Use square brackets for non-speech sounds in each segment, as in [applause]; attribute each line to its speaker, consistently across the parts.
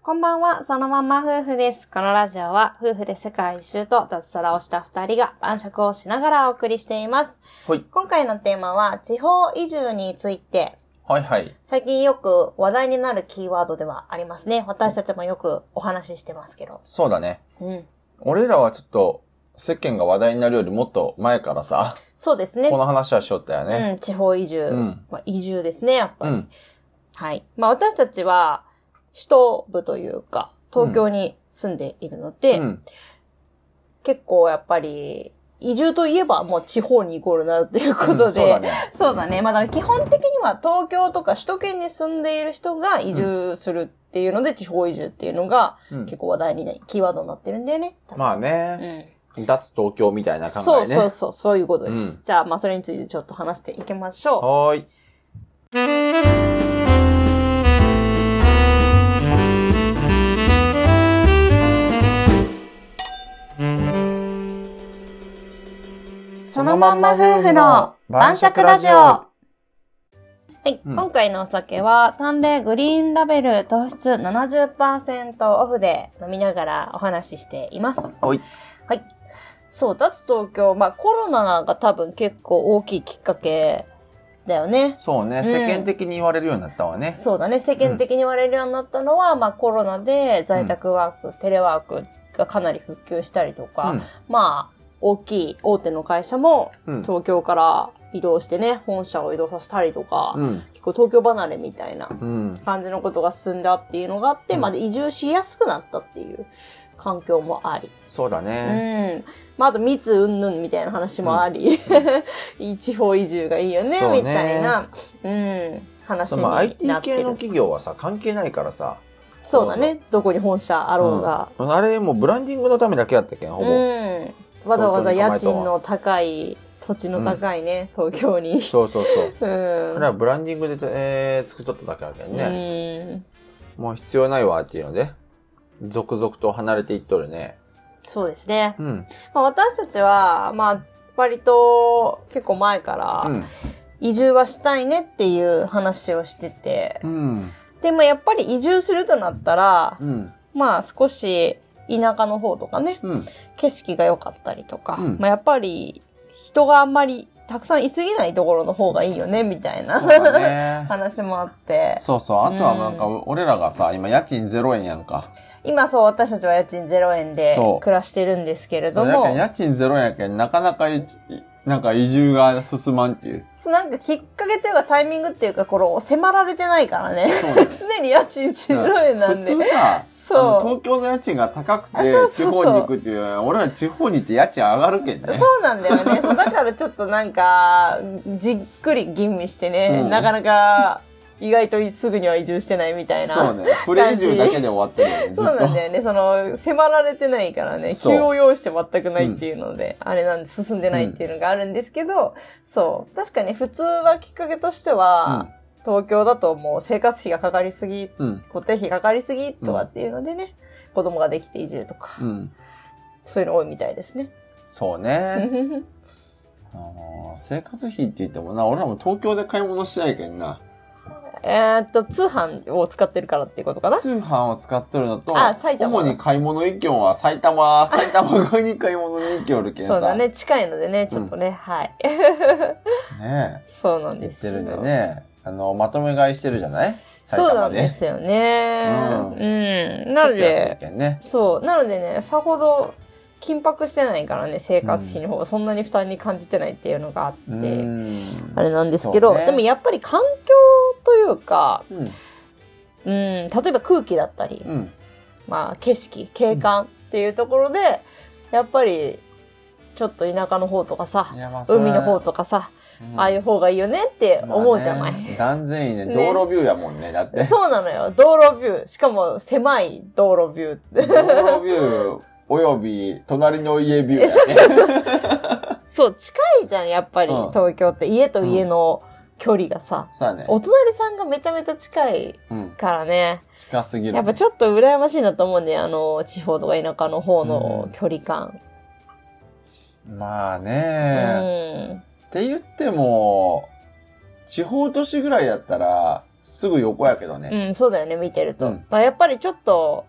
Speaker 1: こんばんは、そのまんま夫婦です。このラジオは、夫婦で世界一周と脱サラをした二人が晩酌をしながらお送りしています。
Speaker 2: はい。
Speaker 1: 今回のテーマは、地方移住について、
Speaker 2: はいはい。
Speaker 1: 最近よく話題になるキーワードではありますね。私たちもよくお話ししてますけど。
Speaker 2: そうだね。
Speaker 1: うん。
Speaker 2: 俺らはちょっと、世間が話題になるよりもっと前からさ、
Speaker 1: そうですね。
Speaker 2: この話はしよったよね。
Speaker 1: うん、地方移住。
Speaker 2: うん
Speaker 1: まあ、移住ですね、やっぱ
Speaker 2: う
Speaker 1: り。
Speaker 2: ん。
Speaker 1: はい。まあ私たちは、首都部というか、東京に住んでいるの
Speaker 2: う
Speaker 1: で、
Speaker 2: ん。
Speaker 1: 結構やっぱり、移住といえばもう地方にイコールなということで、
Speaker 2: うんそうだね。
Speaker 1: そうだね。まあ、だから基本的には東京とか首都圏に住んでいる人が移住するっていうので、地方移住っていうのが
Speaker 2: うん
Speaker 1: 結構話題になり、キーワードになってるんだよね。多分
Speaker 2: まあ
Speaker 1: う
Speaker 2: ね、
Speaker 1: ん。
Speaker 2: 脱東京みたいな考
Speaker 1: そう
Speaker 2: えね。
Speaker 1: そうそう、そういうことです。
Speaker 2: う
Speaker 1: じゃあ、まあ、それについてちょっと話していきましょ
Speaker 2: はーい。
Speaker 1: う。そのまんま夫婦の晩酌ラジオ。はい、
Speaker 2: うん
Speaker 1: 今回のお酒は、淡麗グリーンラベル糖質70%オフで飲みながらお話ししています。
Speaker 2: はい。
Speaker 1: はい。そう、脱東京、まあコロナが多分結構大きいきっかけだよね。
Speaker 2: そうね、
Speaker 1: ん
Speaker 2: 世間的に言われるようになったわね。
Speaker 1: そうだね、世間的に言われるようになったのは、まあコロナで在宅ワーク、テレワークがかなり復旧したりとか、まあ大きい大手の会社も
Speaker 2: うん。うん。
Speaker 1: 東京から移動してね、本社を移動させたりとか、
Speaker 2: うん。
Speaker 1: 結構東京離れみたいな
Speaker 2: うん。
Speaker 1: 感じのことが進んだっていうのがあって、
Speaker 2: うん
Speaker 1: まあ移住しやすくなったっていう環境もあり。
Speaker 2: そうだ
Speaker 1: う
Speaker 2: ね。
Speaker 1: ん。まああと密うんぬんみたいな話もあり、 [laughs] いい地方移住がいいよね、
Speaker 2: そうね
Speaker 1: みたいな、うん、話
Speaker 2: そ
Speaker 1: に
Speaker 2: の
Speaker 1: なっ
Speaker 2: IT
Speaker 1: てる。
Speaker 2: 系の企業はさ、関係ないからさ、
Speaker 1: そうだね。どこに本社あろうが。
Speaker 2: うんあれもうブランディングのためだけやったけん、ほ
Speaker 1: う
Speaker 2: ぼ。
Speaker 1: ん。わざわざ家賃の高い、土地の高いね、東京に。
Speaker 2: そうそうそう。
Speaker 1: うん。
Speaker 2: あれはブランディングで、えー、作っとっただけだけどね、
Speaker 1: うん。
Speaker 2: もう必要ないわっていうので、続々と離れていっとるね。
Speaker 1: そうですね。
Speaker 2: うん。
Speaker 1: まあ、私たちは、まあ、割と結構前から、
Speaker 2: うん。
Speaker 1: 移住はしたいねっていう話をしてて
Speaker 2: う、ん。
Speaker 1: でもやっぱり移住するとなったら
Speaker 2: う、ん。
Speaker 1: まあ少し田舎の方とかね、
Speaker 2: うん。
Speaker 1: 景色が良かったりとか、
Speaker 2: うん
Speaker 1: まあやっぱり人があんまりたくさんいすぎないところの方がいいよね、みたいな、
Speaker 2: そうだ
Speaker 1: [laughs]
Speaker 2: ね。
Speaker 1: 話もあって、
Speaker 2: そうそう。あとはなんか、俺らがさ、今家賃0円やんか。
Speaker 1: 今そう私たちは家賃0円で
Speaker 2: そう
Speaker 1: 暮らしてるんですけれど
Speaker 2: そうやけん
Speaker 1: も、
Speaker 2: 家賃0円やけん、なかなかい、なんか移住が進まんっていう。
Speaker 1: そうなんかきっかけというかタイミングっていうか、これ迫られてないからね。
Speaker 2: そう
Speaker 1: [laughs]
Speaker 2: ね
Speaker 1: 常に家賃0円なんで
Speaker 2: 普。通
Speaker 1: [laughs]
Speaker 2: さ、
Speaker 1: そう
Speaker 2: あの東京の家賃が高く
Speaker 1: あ
Speaker 2: て
Speaker 1: そう、
Speaker 2: 地
Speaker 1: そうそう
Speaker 2: 方に行くっていう、俺ら地方に行って家賃上がるけんね。
Speaker 1: そうなんだよね。そうだからちょっとなんか、じっくり吟味してね、
Speaker 2: うん
Speaker 1: なかなか意外とすぐには移住してないみたいな。
Speaker 2: そうね。プレ移住だけで終わってるよね。ず
Speaker 1: そ
Speaker 2: っと
Speaker 1: うなんだよね。その、迫られてないからね、急
Speaker 2: そう
Speaker 1: を要して全くないっていうので、あれなんで進んでないっていうのがあるんですけど、そう。確かに普通はきっかけとしては、東京だともう生活費がかかりすぎ、
Speaker 2: うん。うん。
Speaker 1: 固定費がかかりすぎとかっていうのでね、子供ができて移住とか、
Speaker 2: うん。
Speaker 1: そういうの多いみたいですね。
Speaker 2: そうね。あのー生活費って言ってもな、俺らも東京で買い物しないけんな。
Speaker 1: えーっと、通販を使ってるからっていうことかな
Speaker 2: 通販を使っとるのと
Speaker 1: あ埼、玉
Speaker 2: 主に買い物一軒は埼
Speaker 1: [laughs]
Speaker 2: 玉、埼玉側に買い物に一軒おるけんさ。
Speaker 1: そうだ。ね、近いのでね、ちょっとね、はい。
Speaker 2: ね
Speaker 1: そうなん
Speaker 2: え。言
Speaker 1: で
Speaker 2: っ
Speaker 1: す
Speaker 2: て
Speaker 1: よ。
Speaker 2: るんでね。あの、まとめ買いしてるじゃない埼
Speaker 1: そうな
Speaker 2: 玉
Speaker 1: んで
Speaker 2: で。
Speaker 1: すよね。
Speaker 2: う
Speaker 1: うん。なの
Speaker 2: ちょっと安い
Speaker 1: で、
Speaker 2: けんね。
Speaker 1: そう、なのでね、さほど緊迫してないからね、生活費の方、そんなに負担に感じてないっていうのがあって、
Speaker 2: うーん。
Speaker 1: あれなんですけど、
Speaker 2: そうね
Speaker 1: でもやっぱり環境というか、
Speaker 2: うん。
Speaker 1: うん、例えば空気だったり、
Speaker 2: うん。
Speaker 1: まあ、景色景観っていうところで、やっぱりちょっと田舎の方とかさ
Speaker 2: いやまあそれ
Speaker 1: 海の方とかさ、
Speaker 2: うん
Speaker 1: ああいう方がいいよねって思うじゃない、
Speaker 2: まあね断然いいね。
Speaker 1: ね
Speaker 2: 道路ビューやもんね。だって。
Speaker 1: そうなのよ道路ビューしかも狭い道路ビューって
Speaker 2: 道路ビュー、および、隣の家ビューやね。
Speaker 1: そう近いじゃんやっぱり、
Speaker 2: うん
Speaker 1: 東京って家と家の距離がさ、
Speaker 2: そうだね。
Speaker 1: お隣さんがめちゃめちゃ近い
Speaker 2: うん。
Speaker 1: からね
Speaker 2: 近すぎるね。
Speaker 1: やっぱちょっと羨ましいなと思うんだよあの地方とか田舎の方の距離感、
Speaker 2: まあ
Speaker 1: うん
Speaker 2: ね、って言っても、地方都市ぐらいだったら、すぐ横やけどね。
Speaker 1: うん、そうだよね、見てると。
Speaker 2: うん
Speaker 1: だからやっぱりちょっと、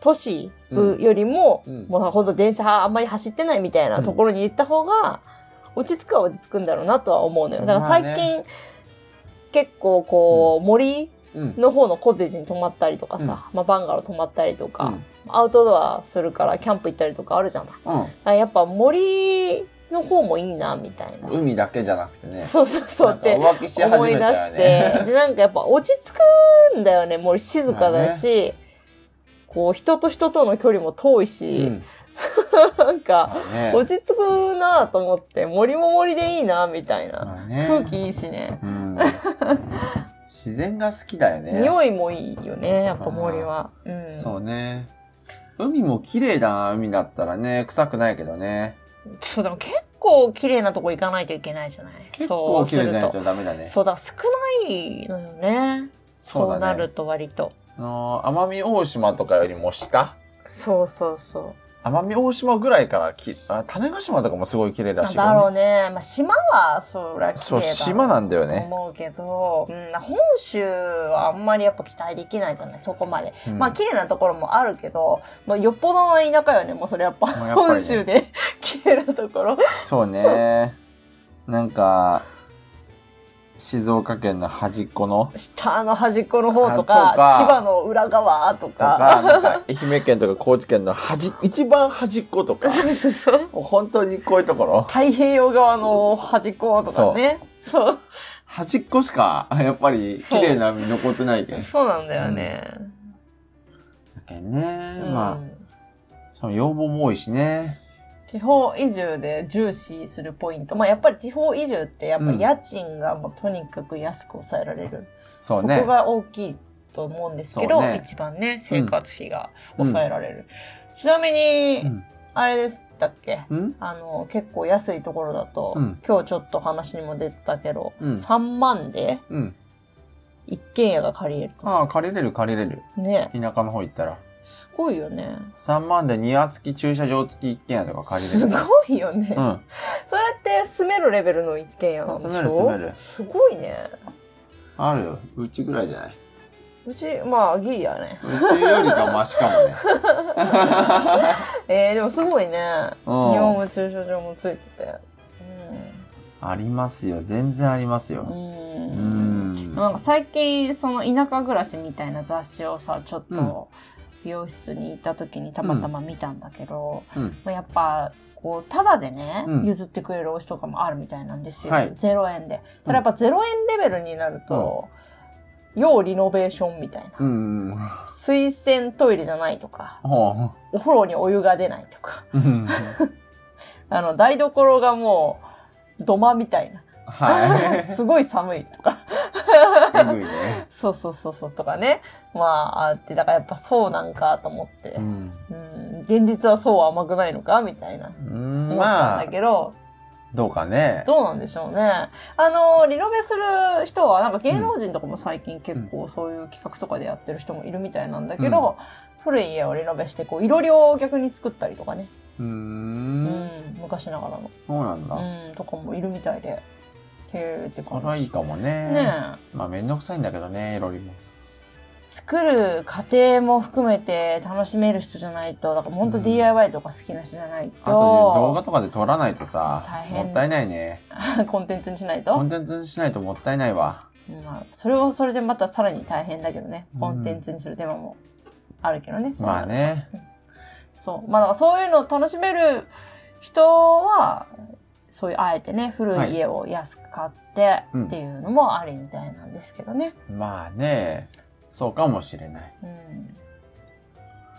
Speaker 1: 都市部よりも、
Speaker 2: うん
Speaker 1: もうほんと電車あんまり走ってないみたいなところに行った方が、落ち着くは落ち着くんだろうなとは思うのよ。だから
Speaker 2: まあ
Speaker 1: 最近、
Speaker 2: ね
Speaker 1: 結構こう、森
Speaker 2: うん。
Speaker 1: の方のコテージに泊まったりとかさ、まあバンガロー泊まったりと
Speaker 2: う
Speaker 1: か
Speaker 2: ん、。
Speaker 1: アウトドアするからキャンプ行ったりとかあるじゃない。だからやっぱ森の方もいいな、みたいな。
Speaker 2: うん。海だけじゃなくてね。
Speaker 1: そうそうそうって
Speaker 2: なんか浮気し始
Speaker 1: 思い
Speaker 2: め
Speaker 1: 出
Speaker 2: た
Speaker 1: し
Speaker 2: よ
Speaker 1: て、
Speaker 2: ね。
Speaker 1: でなんかやっぱ落ち着くんだよねもう静かだし、こう人と人との距離も遠いし、
Speaker 2: ん。
Speaker 1: なんか
Speaker 2: まあね
Speaker 1: 落ち着くなと思って森も森でいいなみたいな、
Speaker 2: まあね
Speaker 1: 空気いいしね
Speaker 2: うん。自然が好きだよね。
Speaker 1: 匂いもいいよねやっぱ森は、うん、
Speaker 2: そうね。海も綺麗だな、海だったらね。臭くないけどね。
Speaker 1: そうでも結構綺麗なとこ行かないといけないじゃない
Speaker 2: 結構綺麗じゃない
Speaker 1: そうする
Speaker 2: とダメだね。
Speaker 1: とそうだ少ないのよね
Speaker 2: そうだね
Speaker 1: なると割と
Speaker 2: あのー奄美大島とかよりも下
Speaker 1: そうそうそう
Speaker 2: 奄美大島ぐらいからきあ種子島とかもすごい綺麗らしいよ
Speaker 1: だろうね。まあ、島は、そりゃ綺麗だ
Speaker 2: そう島なんだよね
Speaker 1: 思うけど、うん、本州はあんまりやっぱ期待できないじゃない、そこまで。
Speaker 2: うん
Speaker 1: まあ、綺麗なところもあるけど、まあ、よっぽどの田舎よね、もうそれやっぱ、
Speaker 2: まあやっぱりね
Speaker 1: 本州で [laughs] 綺麗なところ。
Speaker 2: そうねなんか静岡県の端っこの
Speaker 1: 下の端っこの方とか、
Speaker 2: あとか
Speaker 1: 千葉の裏側と
Speaker 2: と
Speaker 1: か。
Speaker 2: かなんか愛媛県とか高知県の端一番端っことか
Speaker 1: そうそうそう。
Speaker 2: もう本当にこういうところ
Speaker 1: 太平洋側の端っことかね。そう。
Speaker 2: 端っこしかやっぱり綺麗な海残ってないけ
Speaker 1: そ
Speaker 2: ん
Speaker 1: うなんだよね。
Speaker 2: だけんね、
Speaker 1: うん
Speaker 2: まあその要望も多いしね
Speaker 1: 地方移住で重視するポイント。まあやっぱり地方移住ってやっぱ
Speaker 2: うん
Speaker 1: 家賃がもうとにかく安く抑えられる。
Speaker 2: そうね
Speaker 1: こが大きいと思うんですけど、
Speaker 2: そうね
Speaker 1: 一番ね、生活費が抑えられる。ちなみに、
Speaker 2: うん
Speaker 1: あれでしたっけ
Speaker 2: うん
Speaker 1: あの、結構安いところだと、
Speaker 2: うん
Speaker 1: 今日ちょっと話にも出てたけど、
Speaker 2: うん
Speaker 1: 3万で
Speaker 2: うん
Speaker 1: 一軒家が借りれると。
Speaker 2: ああ借りれる借りれる
Speaker 1: ね、
Speaker 2: 田舎の方行ったら
Speaker 1: すごいよね。
Speaker 2: 3万で庭付き駐車場付き一軒家とか借りれる
Speaker 1: すごいよね。
Speaker 2: うん
Speaker 1: それって住めるレベルの一軒家なんでしょ
Speaker 2: 住める住める
Speaker 1: すごいね。
Speaker 2: あるようちぐらいじゃな
Speaker 1: [laughs]
Speaker 2: いう
Speaker 1: ち、まあ、ギリやね。
Speaker 2: うちよりかマシかもね
Speaker 1: えー、でもすごいね。
Speaker 2: うん
Speaker 1: 日本も駐車場もついてて。
Speaker 2: ありますよ全然あります
Speaker 1: う
Speaker 2: よ
Speaker 1: ん。
Speaker 2: う
Speaker 1: うん。
Speaker 2: ん
Speaker 1: なんか最近、その田舎暮らしみたいな雑誌をさ、ちょっと美容室に行った時にたまたま見たんだけど、
Speaker 2: うん
Speaker 1: まあやっぱ、こう、ただでね、
Speaker 2: うん
Speaker 1: 譲ってくれるお家とかもあるみたいなんですよ。
Speaker 2: はい
Speaker 1: 0円で。ただやっぱ0円レベルになると、要リノベーションみたいな。
Speaker 2: うん
Speaker 1: 水洗トイレじゃないとか、
Speaker 2: ほ
Speaker 1: お風呂にお湯が出ないとか、
Speaker 2: ううん
Speaker 1: あの、台所がもう、土間みた
Speaker 2: [laughs]
Speaker 1: いな。
Speaker 2: は
Speaker 1: すごい寒いとか。
Speaker 2: いえぐいね
Speaker 1: そうそうそうそうとかね。まあ、あって、だからやっぱそうなんかと思って
Speaker 2: う。ん
Speaker 1: うん、現実はそうは甘くないのかみたいな。
Speaker 2: うん
Speaker 1: 思ったん
Speaker 2: まあ
Speaker 1: だけど、
Speaker 2: どうかね
Speaker 1: どうなんでしょうね。あの、リノベする人は、なんか芸能人とかも最近結構そういう企画とかでやってる人もいるみたいなんだけど、古い家をリノベして、こう、いろりを逆に作ったりとかね。
Speaker 2: う
Speaker 1: うんん、昔ながらの。
Speaker 2: そうなんだ
Speaker 1: うん、とかもいるみたいで。へえって
Speaker 2: そ
Speaker 1: 感
Speaker 2: れはいい
Speaker 1: じ。
Speaker 2: かもね
Speaker 1: ねえ。
Speaker 2: まあめんどくさいんだけどねいろりも
Speaker 1: 作る過程も含めて楽しめる人じゃないと、だから本当
Speaker 2: うん
Speaker 1: DIY とか好きな人じゃない
Speaker 2: あと動画
Speaker 1: と、
Speaker 2: とかで撮らないとさ
Speaker 1: 大変
Speaker 2: もったいないね
Speaker 1: [laughs] コンテンツにしない
Speaker 2: コ
Speaker 1: と、
Speaker 2: ンテンツにしないともったいないわ
Speaker 1: まあ、それをそれでまたさらに大変だけどね
Speaker 2: う。ん
Speaker 1: コンテンツにする手間もあるけどね。
Speaker 2: まあね
Speaker 1: そう。まあだからそういうのを楽しめる人は、そういうあえてね、古い家を安く買って
Speaker 2: うん
Speaker 1: っていうのもありみたいなんですけどね。
Speaker 2: まあねそうかもしれない
Speaker 1: うん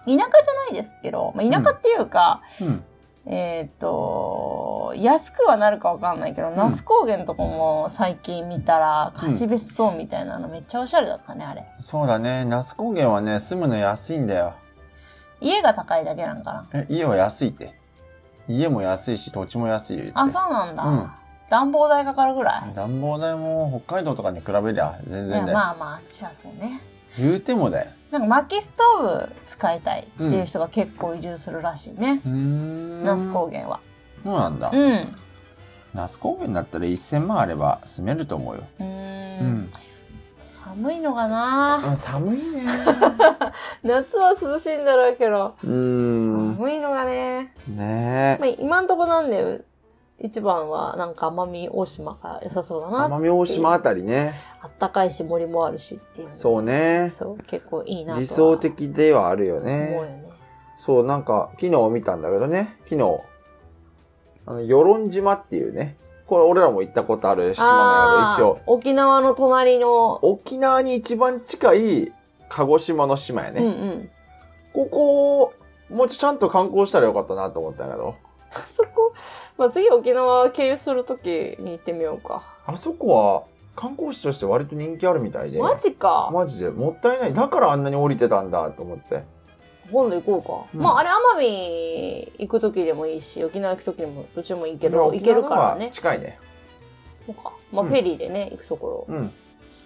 Speaker 1: 田舎じゃないですけど、まあ、田舎っていうか、
Speaker 2: うん
Speaker 1: えーっ、と、安くはなるかわかんないけど、那須高原とかも最近見たら、貸別荘みたいなのめっちゃおしゃれだったね、あれ。
Speaker 2: そうだね那須高原はね住むの安いんだよ
Speaker 1: 家が高いだけなんかな。
Speaker 2: え家は安いって家も安いし土地も安いよって
Speaker 1: あ、そうなんだ。
Speaker 2: うん
Speaker 1: 暖房代かかるぐらい。
Speaker 2: 暖房代も北海道とかに比べりゃ全
Speaker 1: い
Speaker 2: 然
Speaker 1: や
Speaker 2: だよ
Speaker 1: まあまあ、あっちはそうね。
Speaker 2: 言うてもだよ
Speaker 1: なんか薪ストーブ使いたいっていう人が結構移住するらしいね。
Speaker 2: うーん
Speaker 1: 那須高原は。
Speaker 2: そうなんだ
Speaker 1: うん。
Speaker 2: 那須高原だったら1000万あれば住めると思うよ
Speaker 1: うーん。
Speaker 2: うん
Speaker 1: 最寒いのかな
Speaker 2: あ寒い
Speaker 1: [laughs]
Speaker 2: ね。
Speaker 1: 夏は涼しいんだろうけど、
Speaker 2: うーん。
Speaker 1: 寒いのがね。
Speaker 2: ね
Speaker 1: [laughs] まあ、今んとこなんで、一番はなんか奄美大島が良さそうだな。
Speaker 2: 奄美大島あたりね。
Speaker 1: あったかいし森もあるしっていう。
Speaker 2: そうね。
Speaker 1: そう結構いいなとは
Speaker 2: 理想的ではあるよ
Speaker 1: 思うよ
Speaker 2: ね。
Speaker 1: ね。
Speaker 2: そう、なんか、昨日見たんだけどね。昨日、あの、与論島っていうね。これ、俺らも行ったことある島なんや
Speaker 1: あ
Speaker 2: けど、一応。
Speaker 1: ー沖縄の隣の、
Speaker 2: 沖縄に一番近い鹿児島の島やね。
Speaker 1: うんうん。
Speaker 2: ここ、もうちょちゃんと観光したらよかったなと思ったんやけど。
Speaker 1: あそこ、まあ、次沖縄経由するときに行ってみようか。
Speaker 2: あそこは、観光地として割と人気あるみたいで。
Speaker 1: マジか。
Speaker 2: マジで、もったいない。だからあんなに降りてたんだと思って。
Speaker 1: 今度行こうか。
Speaker 2: うん
Speaker 1: まあ、あれ、奄美行く時でもいいし、沖縄行く時でも、どっちでもいいけ
Speaker 2: まあ
Speaker 1: ど、行けるから
Speaker 2: 沖縄の方が
Speaker 1: ね。
Speaker 2: 近いね。
Speaker 1: そうか。まあ、
Speaker 2: うん
Speaker 1: フェリーでね、行くところ。
Speaker 2: うん。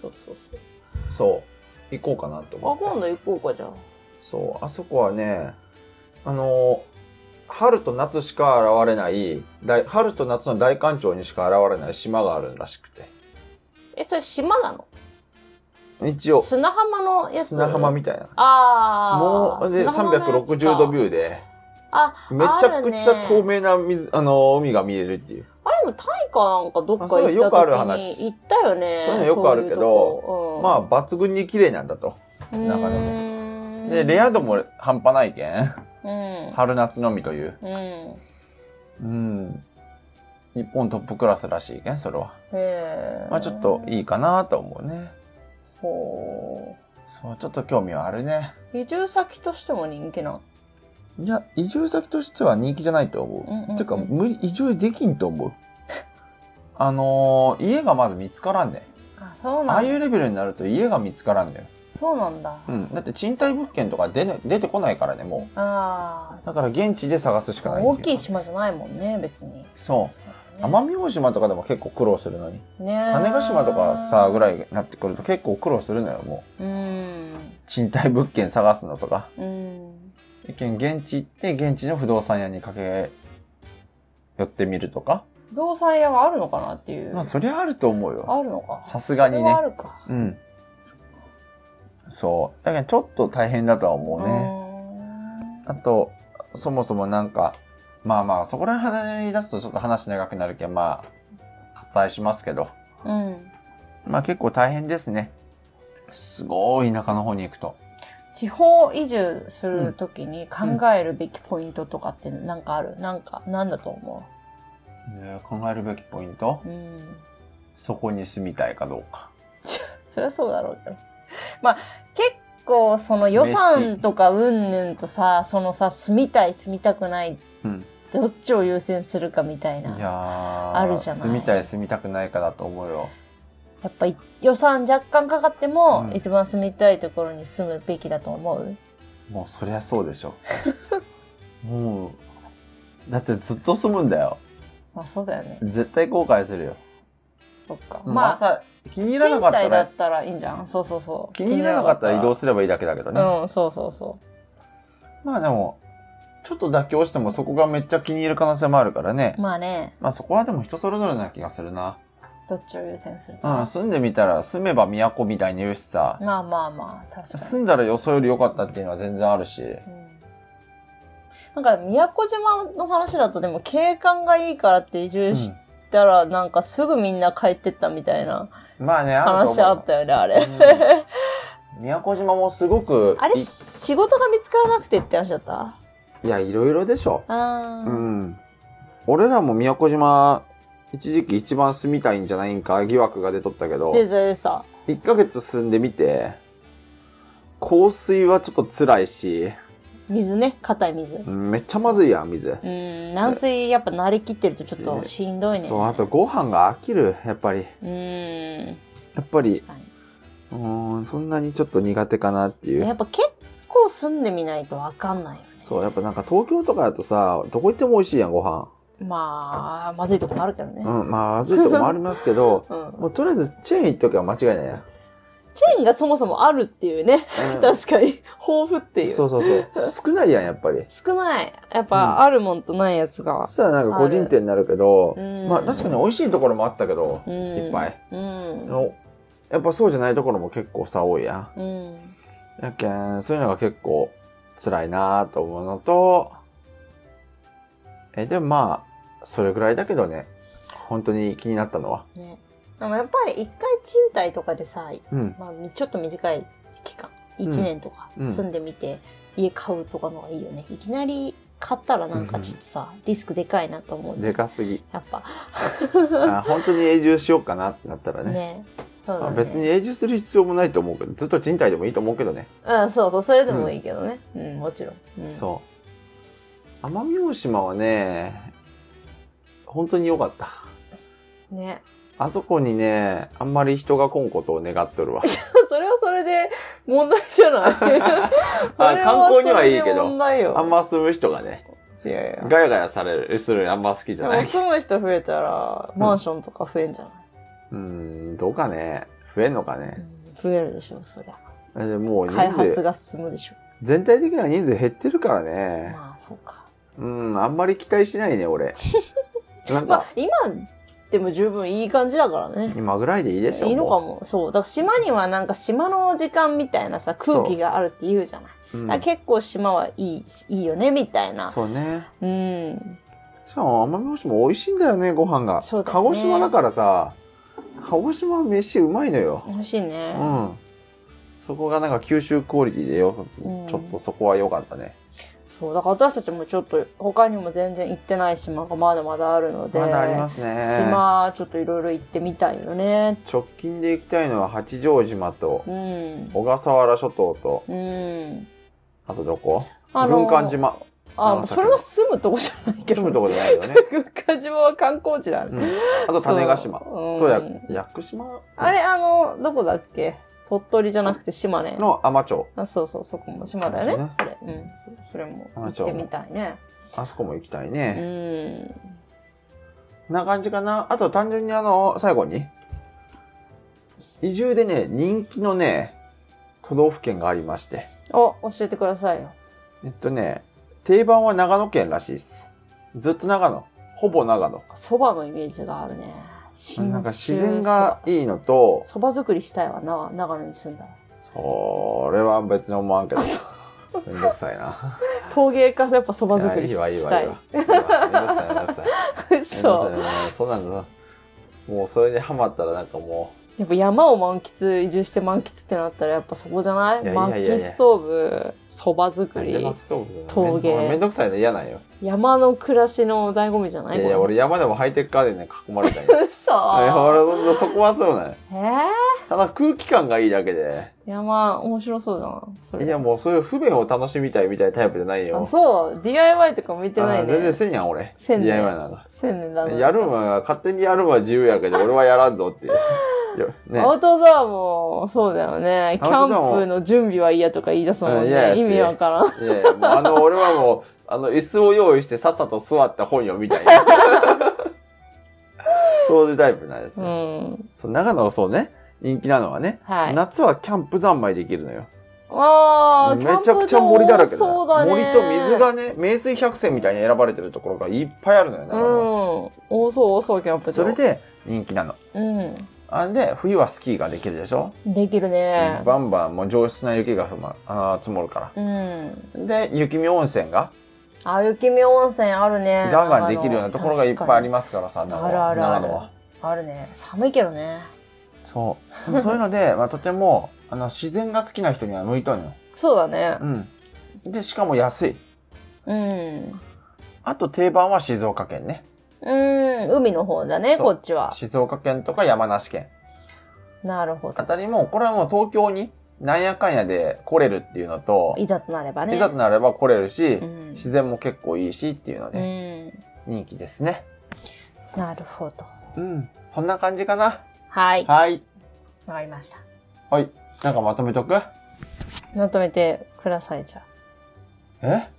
Speaker 1: そうそうそう。
Speaker 2: そう。行こうかなと思
Speaker 1: あ
Speaker 2: っ、て。
Speaker 1: 今度行こうか、じゃあ。
Speaker 2: そう、あそこはね、あのー春と夏しか現れない大、春と夏の大干潮にしか現れない島があるらしくて。
Speaker 1: え、それ島なの
Speaker 2: 一応、
Speaker 1: 砂浜のやつ
Speaker 2: 砂浜みたいな。
Speaker 1: ああ。
Speaker 2: もう、で、360度ビ
Speaker 1: ュー。
Speaker 2: ューで、
Speaker 1: あ、
Speaker 2: めちゃくち
Speaker 1: ある
Speaker 2: ゃ
Speaker 1: ね
Speaker 2: 透明な水、あのー海が見えるっていう。
Speaker 1: あれもタイかなんかどっか
Speaker 2: あそう
Speaker 1: 行った時に
Speaker 2: よよくある話
Speaker 1: 行ったよね。
Speaker 2: そういうのよくあるけ
Speaker 1: そう
Speaker 2: ど
Speaker 1: いうとこ
Speaker 2: まあ、抜群に綺麗なんだと。
Speaker 1: うん、
Speaker 2: 中でも
Speaker 1: も
Speaker 2: で、レア度も半端ないけん。
Speaker 1: うん。
Speaker 2: 春夏のみという。
Speaker 1: うん。へ
Speaker 2: うん。日本トップクラスらしいけん、それは。
Speaker 1: え。
Speaker 2: まあちょっといいかなと思うね。
Speaker 1: ほ
Speaker 2: そう、ちょっと興味はあるね。
Speaker 1: う。移住先としても人気な。
Speaker 2: いや、移住先としては人気じゃないと思う。
Speaker 1: うんうんうん
Speaker 2: てか、無理、移住できんと思う。 [laughs] あのー家がまず見つからんね。
Speaker 1: あ、そう
Speaker 2: あ
Speaker 1: な
Speaker 2: あ
Speaker 1: ん
Speaker 2: い
Speaker 1: だ。
Speaker 2: うレベルになると家が見つからんのよ。
Speaker 1: そうなんだ。
Speaker 2: うん。だって賃貸物件とか出,、ね、出てこないからね、も
Speaker 1: あ
Speaker 2: う。だから現地で探すし
Speaker 1: あ。
Speaker 2: かないってう
Speaker 1: 大きい島じゃないもんね、別に。
Speaker 2: そう。奄美大島とかでも結構苦労するのに。
Speaker 1: ね
Speaker 2: 種子島とかさ、ぐ
Speaker 1: い。
Speaker 2: らいになってくると結構苦労するのよ、もう。
Speaker 1: うん。
Speaker 2: 賃貸物件探すのとか。
Speaker 1: うん。
Speaker 2: 一見現地行って、現地の不動産屋に駆け寄ってみるとか。
Speaker 1: 不動産屋があるのかなっていう。
Speaker 2: まあ、そりゃあると思うよ。
Speaker 1: あるのか。
Speaker 2: さすがに
Speaker 1: それは
Speaker 2: ね
Speaker 1: あ。るか。
Speaker 2: うん。そう。だからちょっと大変だとは思うね。あと、そもそもなんか、まあまあ、そこら辺話し出すとちょっと話長くなるけん、まあ、割愛しますけど。
Speaker 1: うーん。うん。
Speaker 2: まあ結構大変ですね。すごい田舎の方に行くと。
Speaker 1: 地方移住するときに考えるべきポイントとかってなんかある、なんか、なんだと思
Speaker 2: ね考えるべきポイント
Speaker 1: ううん。
Speaker 2: そこに住みたいかどうか。
Speaker 1: そりゃそうだろうけど。まあ、結構その予算とかうんぬんとさ、そのさ、住みたい住みたくない、
Speaker 2: うん
Speaker 1: どっちを優先するかみたい
Speaker 2: い
Speaker 1: な。
Speaker 2: や
Speaker 1: や
Speaker 2: ー
Speaker 1: あるじゃない
Speaker 2: 住みたい住みたくないかだと思うよ。
Speaker 1: っぱい予算若干かかっても、
Speaker 2: うん
Speaker 1: 一番住みたいところに住むべきだと思う
Speaker 2: もうそりゃそうで
Speaker 1: [laughs]
Speaker 2: しょ。もう、だってずっと住むんだよ。
Speaker 1: まあそうだよね。
Speaker 2: 絶対後悔するよ。
Speaker 1: そっか。
Speaker 2: ま
Speaker 1: まあ、
Speaker 2: た、気に入らなかった
Speaker 1: 賃貸だ
Speaker 2: ら
Speaker 1: っ、たらいいんじゃん。そうそうそう。
Speaker 2: 気に入らなかったら移動
Speaker 1: す
Speaker 2: すればいいだけだけどね。
Speaker 1: うん、そうそうそ
Speaker 2: まあでも、ちょっと妥協してもそこがめっちゃ気に入る可能性もあるからね
Speaker 1: う。。まあね、
Speaker 2: まあそこはでも人それぞれな気がするな。
Speaker 1: どっちを優先するか。
Speaker 2: うん、住んでみたら、住めば都みたいに言うしさ、
Speaker 1: まあまあまあ、確かに。
Speaker 2: 住んだら予想より良かったっていうのは全然あるし。
Speaker 1: なんか宮古島の話だとでも景観がいいからって移住したらなんかすぐみんな帰ってったみたいな
Speaker 2: うんまあね、あると
Speaker 1: 話あ
Speaker 2: 思う
Speaker 1: ったよね、あれ。
Speaker 2: うん宮古島もすごく、
Speaker 1: あれ
Speaker 2: い
Speaker 1: 仕事が見つからなくてって話だったあ
Speaker 2: いや、いろいろでしょ。
Speaker 1: あ
Speaker 2: う
Speaker 1: ー、
Speaker 2: ん。俺らも宮古島、一時期一番住みたいんじゃないんか疑惑が出とったけど、
Speaker 1: で、でさ、
Speaker 2: 1ヶ月住んでみて、香水はちょっと辛いし、
Speaker 1: 水ね、硬い水。う
Speaker 2: うんめっちゃまずいやん、水。
Speaker 1: ん、軟水やっぱ慣れきってるとちょっとしんどいね。
Speaker 2: そう、あとご飯が飽きる、やっぱり。
Speaker 1: うん、
Speaker 2: やっぱり
Speaker 1: 確、かに。
Speaker 2: うーん、そんなにちょっと苦手かなってい
Speaker 1: や
Speaker 2: う。
Speaker 1: っぱ結構住んでみないとわかんないよね。
Speaker 2: そう、やっぱなんか東京とかだとさ、どこ行っても美味しいやん、ご飯。
Speaker 1: まあ、まずいとこもあるけどね。、
Speaker 2: うん、まあ、まずいとこもありますけど
Speaker 1: うん。
Speaker 2: もうとりあえずチェーン行っとけば間違いないやん。
Speaker 1: チェーンがそもそもあるっていうね。
Speaker 2: う
Speaker 1: [laughs]
Speaker 2: ん
Speaker 1: 確かに、豊富ってい。
Speaker 2: そううそうそう。少ないやん、やっぱり。
Speaker 1: 少ない。やっ
Speaker 2: うん
Speaker 1: ぱ、あるもんとないやつが
Speaker 2: そ。したらなんか個人店になるけど、
Speaker 1: うん
Speaker 2: まあ確かに美味しいところもあったけど、
Speaker 1: うん
Speaker 2: いっぱい。
Speaker 1: うん。
Speaker 2: おやっぱそうじゃないところも結構さ多いやん。
Speaker 1: うん。
Speaker 2: やけん、そういうのが結構辛いなぁと思うのと、え、でもまあ、それぐらいだけどね、本当に気になったのは。
Speaker 1: ね。でもやっぱり一回賃貸とかでさ、
Speaker 2: うん。
Speaker 1: まあ、みちょっと短い期間
Speaker 2: ん
Speaker 1: 1年とか
Speaker 2: うん
Speaker 1: 住んでみて、家買うとかのがいいよねいきなり買ったらなんかちょっとさ、リスクでかいなと思う
Speaker 2: でかすぎ。
Speaker 1: やっぱ
Speaker 2: あ本当に永住しようかなってなったら
Speaker 1: ね
Speaker 2: ね。
Speaker 1: そう
Speaker 2: ま
Speaker 1: だ
Speaker 2: あ、
Speaker 1: ね
Speaker 2: 別に永住する必要もないと思うけど、ずっと賃貸でもいいと思うけどね。
Speaker 1: うんそうそうそれでもいいけどねうん、もちろん、うん、
Speaker 2: そう。奄美大島はね、本当に良かった。
Speaker 1: うね [laughs]
Speaker 2: あそこにね、あんまり人が来んことを願っとるわ。
Speaker 1: [laughs] それはそれで問題じゃ [laughs]
Speaker 2: [laughs]
Speaker 1: ないそれ
Speaker 2: 観光にはいいけ
Speaker 1: それ
Speaker 2: ど
Speaker 1: で問題よ
Speaker 2: あんま住む人がね、
Speaker 1: いやいや
Speaker 2: ガヤガヤされる、するあんま好きじ
Speaker 1: で
Speaker 2: ゃな
Speaker 1: も
Speaker 2: い。
Speaker 1: 住む人増えたらマンションとか増えんじゃない、
Speaker 2: うん、どうかね。増えんのかね。
Speaker 1: うん増えるでしょそりゃ
Speaker 2: えでもう人
Speaker 1: 開発
Speaker 2: 数、
Speaker 1: が進むでしょ
Speaker 2: 全体的な人数減ってるからね。
Speaker 1: まあそうか
Speaker 2: うん、あんまり期待しない
Speaker 1: [laughs]
Speaker 2: ね、俺。なん
Speaker 1: ま
Speaker 2: か
Speaker 1: あ、、今でも十分いい感じだからね。
Speaker 2: 今ぐらいでいいでしょ。
Speaker 1: いいのか
Speaker 2: も
Speaker 1: も。そう。だから島にはなんか島の時間みたいなさ、空気があるって言うじゃない。
Speaker 2: う。うん
Speaker 1: だから結構島はいい、いいよね、みたいな。
Speaker 2: そうね。
Speaker 1: うん。
Speaker 2: しかも奄美大島美味しいんだよね、ご飯が。
Speaker 1: そうだね
Speaker 2: 鹿児島だからさ、鹿児島飯うまいのよ。
Speaker 1: 美味しいね。
Speaker 2: うん。そこがなんか九州クオリティでよ、
Speaker 1: うん
Speaker 2: ちょっとそこは良かったね。
Speaker 1: そう。だから私たちもちょっと他にも全然行ってない島がまだまだあるので。
Speaker 2: まだありますね。
Speaker 1: 島、ちょっといろいろ行ってみたいよね。
Speaker 2: 直近で行きたいのは八丈島と
Speaker 1: うん。
Speaker 2: 小笠原諸島と
Speaker 1: うん。
Speaker 2: あとどこ
Speaker 1: あ
Speaker 2: 軍艦島
Speaker 1: あ、
Speaker 2: 長崎
Speaker 1: それは住むとこじゃないけ
Speaker 2: 住
Speaker 1: ど。
Speaker 2: むとこじゃないよね、
Speaker 1: 軍艦島は観光地なん
Speaker 2: う
Speaker 1: で。
Speaker 2: ん、
Speaker 1: [laughs]
Speaker 2: あと種子島
Speaker 1: そう。
Speaker 2: とや
Speaker 1: うん
Speaker 2: 屋久島
Speaker 1: あれ、あの、どこだっけ鳥取じゃなくて島根。
Speaker 2: の海士町
Speaker 1: あそうそう、そこも島だよね。そ
Speaker 2: そ
Speaker 1: れ。うん。そそれも行
Speaker 2: あ
Speaker 1: っ
Speaker 2: そう
Speaker 1: てみたいね。
Speaker 2: あそこも行きたいうね、
Speaker 1: ん。
Speaker 2: な感じかなあと単純にあの最後に移住でね人気のね都道府県がありまして
Speaker 1: お、教えてくださいよ。
Speaker 2: えっとね定番は長野県らしいですずっと長野ほぼ長野
Speaker 1: そばのイメージがあるね。信州
Speaker 2: なんか自然がいいのと
Speaker 1: そば作りしたいわな、長野に住んだら。
Speaker 2: それは別に思わんけど
Speaker 1: あそう
Speaker 2: めんどくさ
Speaker 1: [laughs]
Speaker 2: いな。
Speaker 1: 陶芸家さんやっぱそば作り
Speaker 2: い
Speaker 1: し
Speaker 2: やいい
Speaker 1: し
Speaker 2: わ
Speaker 1: た
Speaker 2: いい
Speaker 1: い
Speaker 2: わ。。いいわめんどくさいめんどくさい。 [laughs] めん
Speaker 1: そう。
Speaker 2: どくさいねそうなんだ。もうそれにハマったらなんかも
Speaker 1: やっぱ山を満喫、移住して満喫ってなったらやっぱそこじゃない
Speaker 2: いやい
Speaker 1: 満
Speaker 2: やいやいや
Speaker 1: 喫ストーブ、そば
Speaker 2: う。
Speaker 1: 作
Speaker 2: なんで
Speaker 1: り
Speaker 2: 巻。きそうみたいな
Speaker 1: 陶芸
Speaker 2: めんどめんどくさいの嫌なんよ。
Speaker 1: 山の暮らしの醍醐味じゃないい
Speaker 2: やいや
Speaker 1: これ
Speaker 2: 俺山でもハイテクガーデンに囲まれたんよ。
Speaker 1: 嘘
Speaker 2: いや俺そんなそこはそうなんよ
Speaker 1: えー、
Speaker 2: ただ空気感がいいだけで。
Speaker 1: 山面白そうじゃんそれ
Speaker 2: いやもうそういう不便を楽しみたいみたいなタイプじゃない
Speaker 1: あ
Speaker 2: よ。
Speaker 1: そう DIY とか向いてな
Speaker 2: あ
Speaker 1: い
Speaker 2: 全
Speaker 1: ね
Speaker 2: 然せんやん俺。
Speaker 1: せんね
Speaker 2: DIY なんか。
Speaker 1: 千年だな
Speaker 2: やるんは勝手にやるんは自由やけど俺はやらんぞっていう。
Speaker 1: [laughs]
Speaker 2: いやね
Speaker 1: アウトドアもそうだよねキ
Speaker 2: アウトドアも
Speaker 1: ャンプの準備は嫌とか言い出すもん
Speaker 2: うんいや
Speaker 1: ね
Speaker 2: いや
Speaker 1: 意味わからん
Speaker 2: いやいや、もうあの、俺はもう、あの、椅子を用意してさっさと座って本読みたい
Speaker 1: [laughs]
Speaker 2: な。そういうタイプなんです
Speaker 1: う
Speaker 2: よ。
Speaker 1: ん
Speaker 2: そう長野はそうね、人気なのはね、
Speaker 1: はい
Speaker 2: 夏はキャンプ三昧できるのよ。
Speaker 1: あー
Speaker 2: めちゃくちゃ森だら
Speaker 1: キ
Speaker 2: け
Speaker 1: ャンプ場
Speaker 2: よ
Speaker 1: そうだね
Speaker 2: 森と水がね、名水百選みたいに選ばれてるところがいっぱいあるのよ、
Speaker 1: う
Speaker 2: 長野は
Speaker 1: ん多そう多そうキャンプ場
Speaker 2: それで人気なの。
Speaker 1: う
Speaker 2: あんで、冬はスキーができるでしょ、
Speaker 1: んできるね
Speaker 2: バンバンもう上質な雪がふまあー積もるか
Speaker 1: うん
Speaker 2: ら。で、雪見温泉が
Speaker 1: あ雪見温泉あるね
Speaker 2: ガンガンできるようなところがいっぱいあり
Speaker 1: ま
Speaker 2: ますからさ、長
Speaker 1: あ
Speaker 2: 野
Speaker 1: るあ
Speaker 2: は
Speaker 1: るあ
Speaker 2: 長
Speaker 1: る
Speaker 2: 野は。
Speaker 1: あるね寒いけどね
Speaker 2: そう。でもそういうので、まあ、とても、あの、自然が好きな人には向いとんよ。
Speaker 1: そうだね
Speaker 2: うん。で、しかも安い。
Speaker 1: うん
Speaker 2: あと定番は静岡県ね。
Speaker 1: うーん、海の方だね、
Speaker 2: そう
Speaker 1: こっちは。
Speaker 2: 静岡県とか山梨県。
Speaker 1: なるほ
Speaker 2: あ
Speaker 1: ど。
Speaker 2: たりも、これはもう東京になんやかんやで来れるっていうのと、
Speaker 1: いざとなればね。
Speaker 2: いざとなれば来れるし、
Speaker 1: うん
Speaker 2: 自然も結構いいしっていうの
Speaker 1: う
Speaker 2: で、
Speaker 1: ん。
Speaker 2: 人気ですね。
Speaker 1: なるほど。
Speaker 2: うん。そんな感じかな。
Speaker 1: はい。わ
Speaker 2: はい。
Speaker 1: かりました。
Speaker 2: はい。なんかまとめとく
Speaker 1: まとめてください、じゃあ。
Speaker 2: え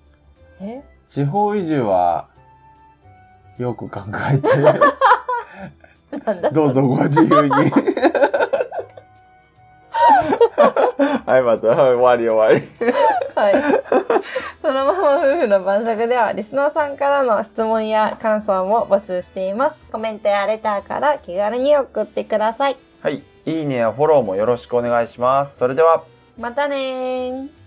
Speaker 1: え
Speaker 2: 地方移住は、よく考えて、 [laughs]
Speaker 1: なんだ
Speaker 2: どうぞご自由 [laughs] に。はい、また、はい、終わり終わり。
Speaker 1: はい。 [laughs] そのまま夫婦の晩酌では、リスナーさんからの質問や感想も募集しています。コメントやレターから気軽に送ってください。
Speaker 2: はい。いいねやフォローもよろしくお願いします。それでは、
Speaker 1: またねー。